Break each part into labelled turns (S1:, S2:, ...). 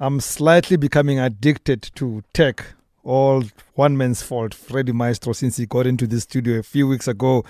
S1: I'm slightly becoming addicted to tech. All one man's fault, Freddy Maestro, since he got into the studio a few weeks ago.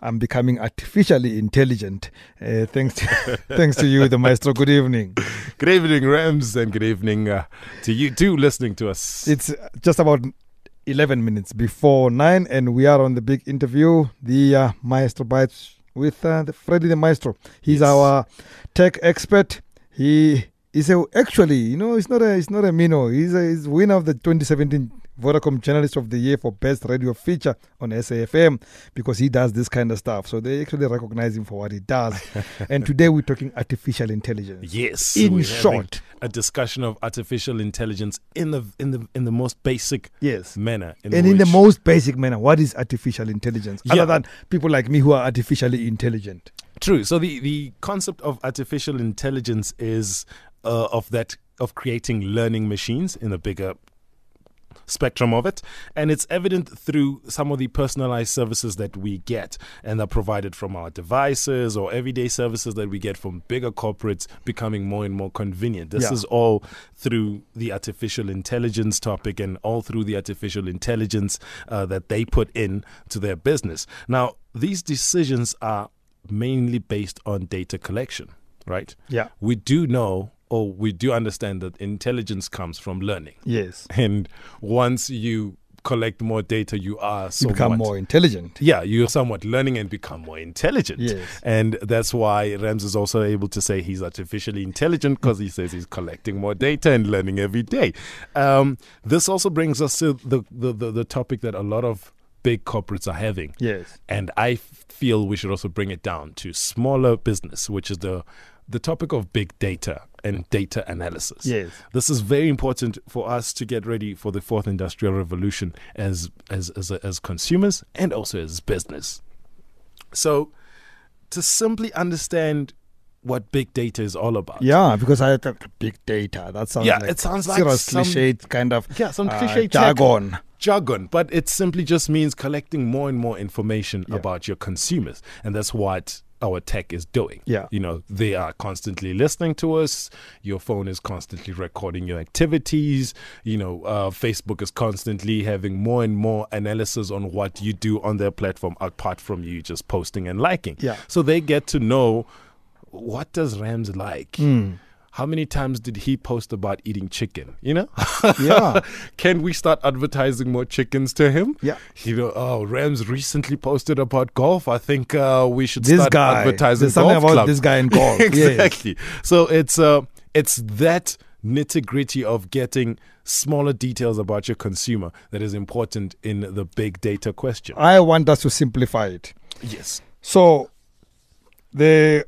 S1: I'm becoming artificially intelligent. Uh, thanks, to, thanks to you, the maestro. Good evening.
S2: Good evening, Rams, and good evening uh, to you too, listening to us.
S1: It's just about 11 minutes before 9, and we are on the big interview, the uh, Maestro Bites with uh, the Freddy the Maestro. He's
S2: Yes.
S1: our tech expert. He is a, actually, you know, it's not a, it's not a Mino. He's a he's winner of the 2017 Vodacom Journalist of the Year for Best Radio Feature on SAFM because he does this kind of stuff. So they actually recognize him for what he does. and today we're talking artificial intelligence.
S2: Yes,
S1: In
S2: we're having
S1: short.
S2: a discussion of artificial intelligence in the in the in the most basic
S1: Yes.
S2: manner,
S1: and in the
S2: which-
S1: most basic manner, what is artificial intelligence?
S2: Yeah.
S1: Other than people like me who are artificially intelligent.
S2: True. So the, the concept of artificial intelligence is uh, of that of creating learning machines in a bigger spectrum of it, and it's evident through some of the personalized services that we get and are provided from our devices or everyday services that we get from bigger corporates becoming more and more convenient. This
S1: Yeah.
S2: is all through the artificial intelligence topic and all through the artificial intelligence uh, that they put in to their business. Now, these decisions are mainly based on data collection, right?
S1: Yeah.
S2: We do know or we do understand that intelligence comes from learning.
S1: Yes.
S2: And once you collect more data, you are
S1: You
S2: somewhat,
S1: become more intelligent.
S2: Yeah, you're somewhat learning and become more intelligent.
S1: Yes.
S2: And that's why Rams is also able to say he's artificially intelligent because he says he's collecting more data and learning every day. Um, this also brings us to the, the, the, the topic that a lot of big corporates are having.
S1: Yes.
S2: And I feel we should also bring it down to smaller business, which is the the topic of big data and data analysis.
S1: Yes.
S2: This is very important for us to get ready for the fourth industrial revolution as as as, as consumers and also as business. So to simply understand what big data is all about.
S1: Yeah, because I thought big data. That sounds
S2: Yeah,
S1: like
S2: it sounds like
S1: serious
S2: some-
S1: cliche kind of
S2: Yeah, some
S1: uh,
S2: cliche tech.
S1: jargon.
S2: jargon, but it simply just means collecting more and more information about your consumers. And that's what our tech is doing.
S1: Yeah.
S2: You know, they are constantly listening to us. Your phone is constantly recording your activities. You know, uh, Facebook is constantly having more and more analysis on what you do on their platform apart from you just posting and liking.
S1: Yeah.
S2: So they get to know what does Rams like?
S1: Mm. Hmm.
S2: How many times did he post about eating chicken? You know?
S1: Yeah.
S2: Can we start advertising more chickens to him?
S1: Yeah.
S2: You know, oh, Rams recently posted about golf. I think uh, we should
S1: This
S2: start
S1: guy.
S2: advertising
S1: There's something
S2: golf
S1: about
S2: clubs.
S1: this guy in golf. Yes.
S2: exactly. So it's uh, it's that nitty gritty of getting smaller details about your consumer that is important in the big data question.
S1: I want us to simplify it.
S2: yes.
S1: So, the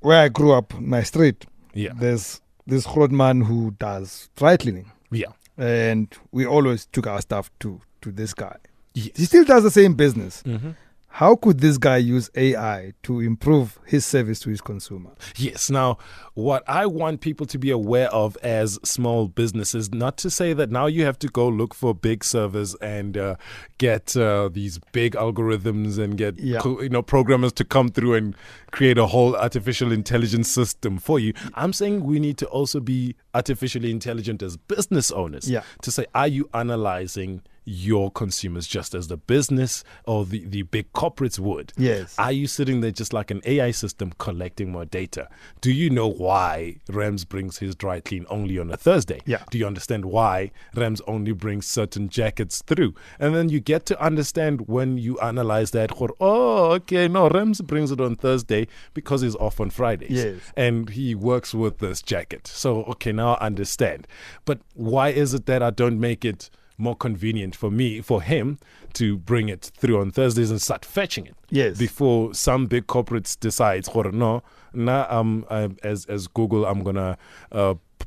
S1: where I grew up, my street,
S2: Yeah.
S1: there's this road man who does dry cleaning,
S2: Yeah.
S1: and we always took our stuff to to this guy. He
S2: Yes.
S1: still does the same business.
S2: hmm
S1: How could this guy use AI to improve his service to his consumer?
S2: Yes. Now, what I want people to be aware of as small businesses, not to say that now you have to go look for big servers and uh, get uh, these big algorithms and get
S1: Yeah.
S2: co- you know programmers to come through and create a whole artificial intelligence system for you. I'm saying we need to also be artificially intelligent as business owners
S1: Yeah.
S2: to say, are you analyzing your consumers just as the business or the, the big corporates would?
S1: Yes.
S2: Are you sitting there just like an AI system collecting more data? Do you know why Rams brings his dry clean only on a Thursday?
S1: Yeah.
S2: Do you understand why Rams only brings certain jackets through? And then you get to understand when you analyze that, "Go- oh, okay, no, Rams brings it on Thursday because he's off on Fridays.
S1: Yes.
S2: And he works with this jacket. So, okay, now I understand. But why is it that I don't make it? More convenient for me, for him to bring it through on Thursdays and start fetching it
S1: Yes.
S2: before some big corporates decides, "Gore, no, now um, I, as as Google, I'm gonna uh, p-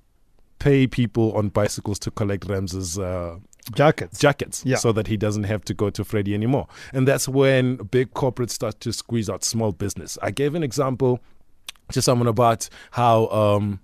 S2: pay people on bicycles to collect Ramses' uh,
S1: Jackets.
S2: jackets,
S1: Yeah.
S2: so that he doesn't have to go to Freddie anymore." And that's when big corporates start to squeeze out small business. I gave an example to someone about how um,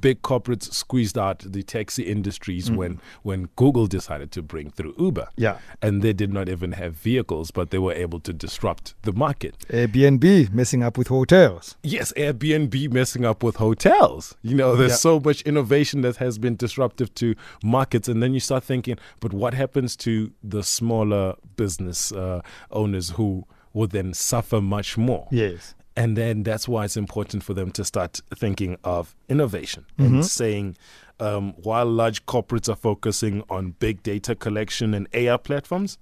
S2: big corporates squeezed out the taxi industries when when Google decided to bring through Uber.
S1: Mm. Yeah.
S2: And they did not even have vehicles, but they were able to disrupt the market.
S1: Airbnb messing up with hotels.
S2: Yes, Airbnb messing up with hotels. You know, there's
S1: Yeah.
S2: so much innovation that has been disruptive to markets, and then you start thinking, but what happens to the smaller business uh, owners who will then suffer much more?
S1: Yes.
S2: And then that's why it's important for them to start thinking of innovation and saying, um, while large corporates are focusing on big data collection and AI platforms,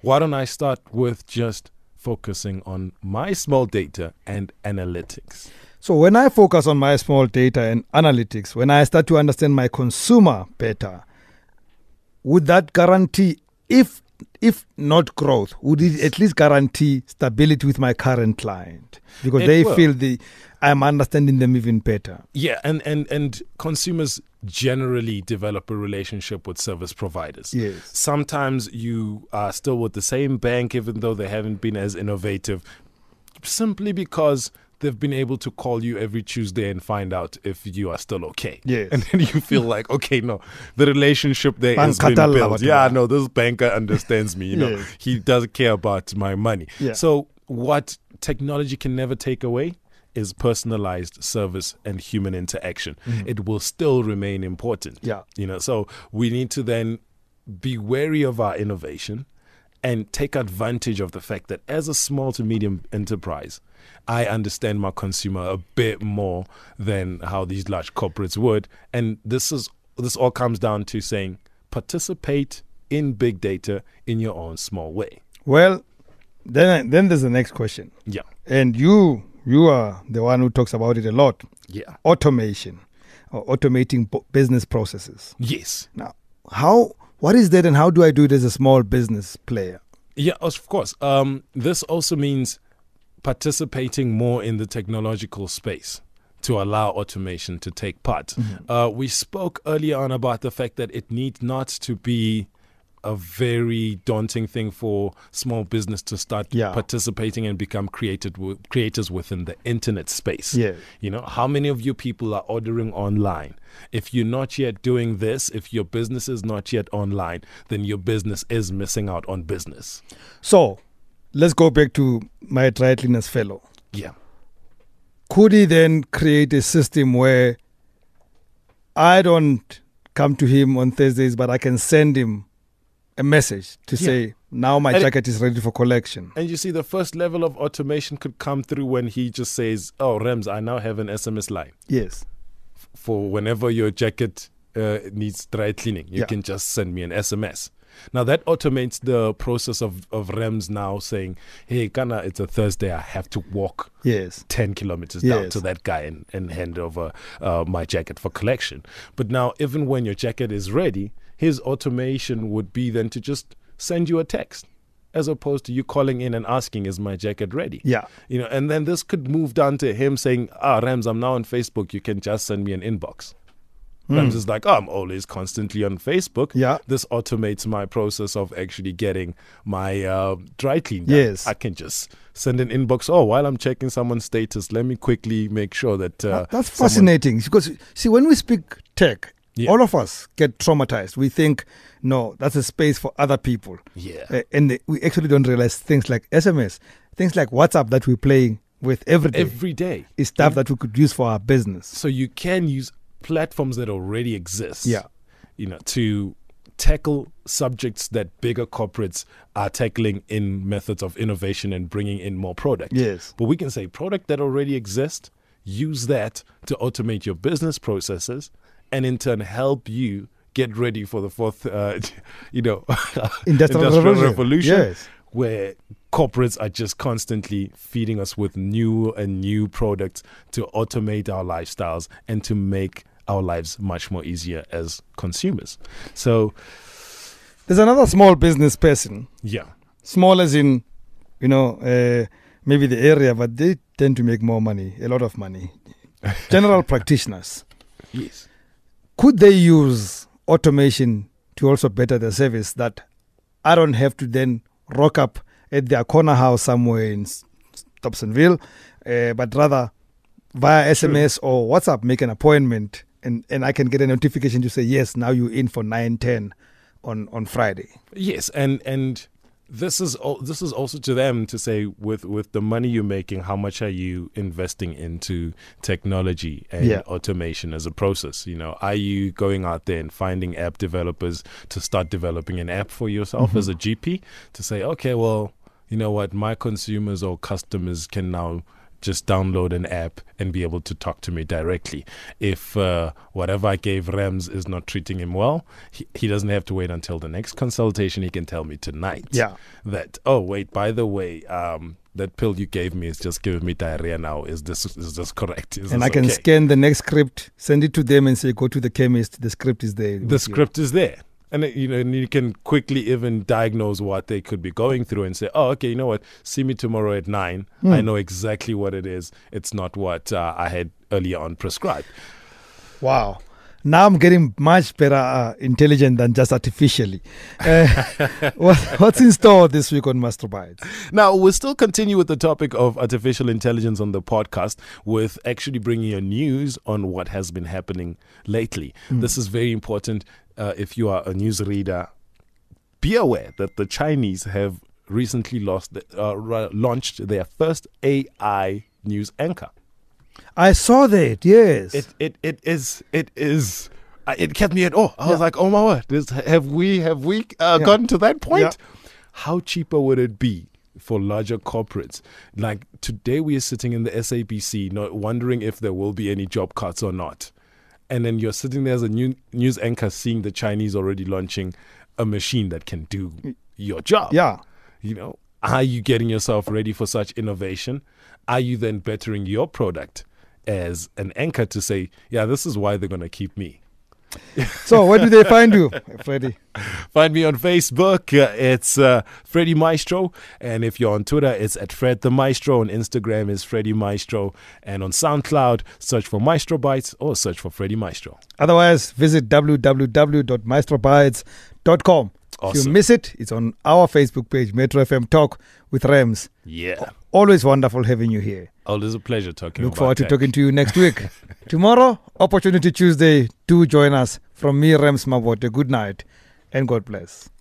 S2: why don't I start with just focusing on my small data and analytics?
S1: So when I focus on my small data and analytics, when I start to understand my consumer better, would that guarantee if if not growth, would it at least guarantee stability with my current client? Because
S2: It
S1: they
S2: will.
S1: feel the I'm understanding them even better.
S2: Yeah, and, and, and consumers generally develop a relationship with service providers.
S1: Yes.
S2: Sometimes you are still with the same bank, even though they haven't been as innovative, simply because they've been able to call you every Tuesday and find out if you are still okay.
S1: Yes.
S2: And then you feel like, okay, no, the relationship there has been
S1: Bankatala,
S2: built.
S1: whatever.
S2: Yeah, no, this banker understands me. You know,
S1: Yes.
S2: he does care about my money.
S1: Yeah.
S2: So, what technology can never take away is personalized service and human interaction. It will still remain important.
S1: Yeah.
S2: You know, so we need to then be wary of our innovation and take advantage of the fact that as a small to medium enterprise, I understand my consumer a bit more than how these large corporates would. And this is this all comes down to saying participate in big data in your own small way.
S1: Well, then then there's the next question.
S2: Yeah.
S1: And you you are the one who talks about it a lot.
S2: Yeah.
S1: Automation or automating bu- business processes.
S2: Yes.
S1: Now, how what is that and how do I do it as a small business player?
S2: Yeah, of course. Um, this also means participating more in the technological space to allow automation to take part.
S1: Mm-hmm.
S2: Uh, we spoke earlier on about the fact that it need not to be a very daunting thing for small business to start
S1: Yeah.
S2: participating and become created w- creators within the internet space.
S1: Yeah.
S2: You know, how many of you people are ordering online? If you're not yet doing this, if your business is not yet online, then your business is missing out on business.
S1: So, let's go back to my triathloners fellow.
S2: Yeah.
S1: Could he then create a system where I don't come to him on Thursdays, but I can send him a message to
S2: Yeah.
S1: say, now my
S2: And it-
S1: jacket is ready for collection.
S2: And you see, the first level of automation could come through when he just says, Oh, Rems, I now have an SMS line
S1: Yes.
S2: for whenever your jacket uh, needs dry cleaning. You
S1: Yeah.
S2: can just send me an SMS. Now, that automates the process of, of Rems now saying, Hey, Kana, it's a Thursday. I have to walk
S1: Yes.
S2: 10 kilometers down
S1: Yes.
S2: to that guy and, and hand over uh, my jacket for collection. But now, even when your jacket is ready, his automation would be then to just send you a text as opposed to you calling in and asking, Is my jacket ready?
S1: Yeah.
S2: You know, and then this could move down to him saying, Ah, Rams, I'm now on Facebook. You can just send me an inbox.
S1: Hmm.
S2: Rams is like, Oh, I'm always constantly on Facebook.
S1: Yeah.
S2: This automates my process of actually getting my uh, dry clean done.
S1: Yes.
S2: I can just send an inbox. Oh, while I'm checking someone's status, let me quickly make sure that. Uh,
S1: That- That's
S2: someone-
S1: fascinating because see when we speak tech,
S2: Yeah.
S1: all of us get traumatized. We think, no, that's a space for other people,
S2: Yeah.
S1: Uh, and the- we actually don't realize things like SMS, things like WhatsApp that we're playing with every day
S2: Every day.
S1: is stuff that we could use for our business.
S2: So you can use platforms that already exist.
S1: Yeah.
S2: You know, to tackle subjects that bigger corporates are tackling in methods of innovation and bringing in more product.
S1: Yes.
S2: But we can say product that already exists, use that to automate your business processes and in turn help you get ready for the fourth, uh, you know,
S1: Industrial Revolution. Yes.
S2: where corporates are just constantly feeding us with new and new products to automate our lifestyles and to make our lives much more easier as consumers. So,
S1: There's another small business person,
S2: yeah.
S1: small as in, you know, uh, maybe the area, but they tend to make more money, a lot of money. General practitioners.
S2: Yes.
S1: could they use automation to also better the service that I don't have to then rock up at their corner house somewhere in S- eh, Thompsonville, uh, but rather via SMS or WhatsApp make an appointment and, and I can get a notification to say, yes, now you're in for 9.10 on, on Friday.
S2: Yes, and and this is al- this is also to them to say with with the money you're making, how much are you investing into technology and
S1: Yeah.
S2: automation as a process? You know, are you going out there and finding app developers to start developing an app for yourself as
S1: Mm-hmm.
S2: a GP to say, okay, well, you know what, my consumers or customers can now just download an app and be able to talk to me directly. If uh, whatever I gave Rams is not treating him well, he, he doesn't have to wait until the next consultation. He can tell me tonight
S1: Yeah.
S2: that, oh, wait, by the way, um, that pill you gave me is just giving me diarrhea now. Is this is this correct? Is
S1: and
S2: this
S1: I can
S2: okay?
S1: scan the next script, send it to them, and say, go to the chemist. The script is there.
S2: the
S1: with you."
S2: script is there and uh, you know and you can quickly even diagnose what they could be going through and say oh okay you know what see me tomorrow at 9 i
S1: Hmm.
S2: know exactly what it is it's not what uh, i had earlier on prescribed
S1: Wow. Now I'm getting much better uh, intelligent than just artificially. Uh, what, what's in store this week on Masturbites?
S2: now we'll still continue with the topic of artificial intelligence on the podcast with actually bringing you news on what has been happening lately this is very important uh, if you are a news reader be aware that the Chinese have recently lost the, uh, ra- launched their first AI news anchor.
S1: I saw that, yes.
S2: It it it is it is. I- It kept me at oh I was like oh my word this, have we have we uh,
S1: Yeah.
S2: gotten to that point?
S1: Yeah.
S2: How cheaper would it be for larger corporates? Like today we are sitting in the SABC not wondering if there will be any job cuts or not, and then you're sitting there as a new news anchor seeing the Chinese already launching a machine that can do your job
S1: yeah.
S2: you know are you getting yourself ready for such innovation are you then bettering your product as an anchor to say yeah this is why they're going to keep me
S1: So where do they find you, Freddie?
S2: find me on facebook uh, it's uh, freddy maestro and if you're on twitter it's at fred the maestro on instagram is freddy maestro and on soundcloud search for maestro bites or search for freddy maestro
S1: Otherwise, visit www.maestrobites.com. If you
S2: Awesome.
S1: miss it, it's on our Facebook page, Metro FM Talk with Rams.
S2: yeah
S1: Always wonderful having you here.
S2: always oh, a pleasure talking
S1: Look
S2: about
S1: forward to
S2: tech.
S1: talking to you next week. Tomorrow, Opportunity Tuesday. Do join us. From me, Rems Mabote, good night and God bless.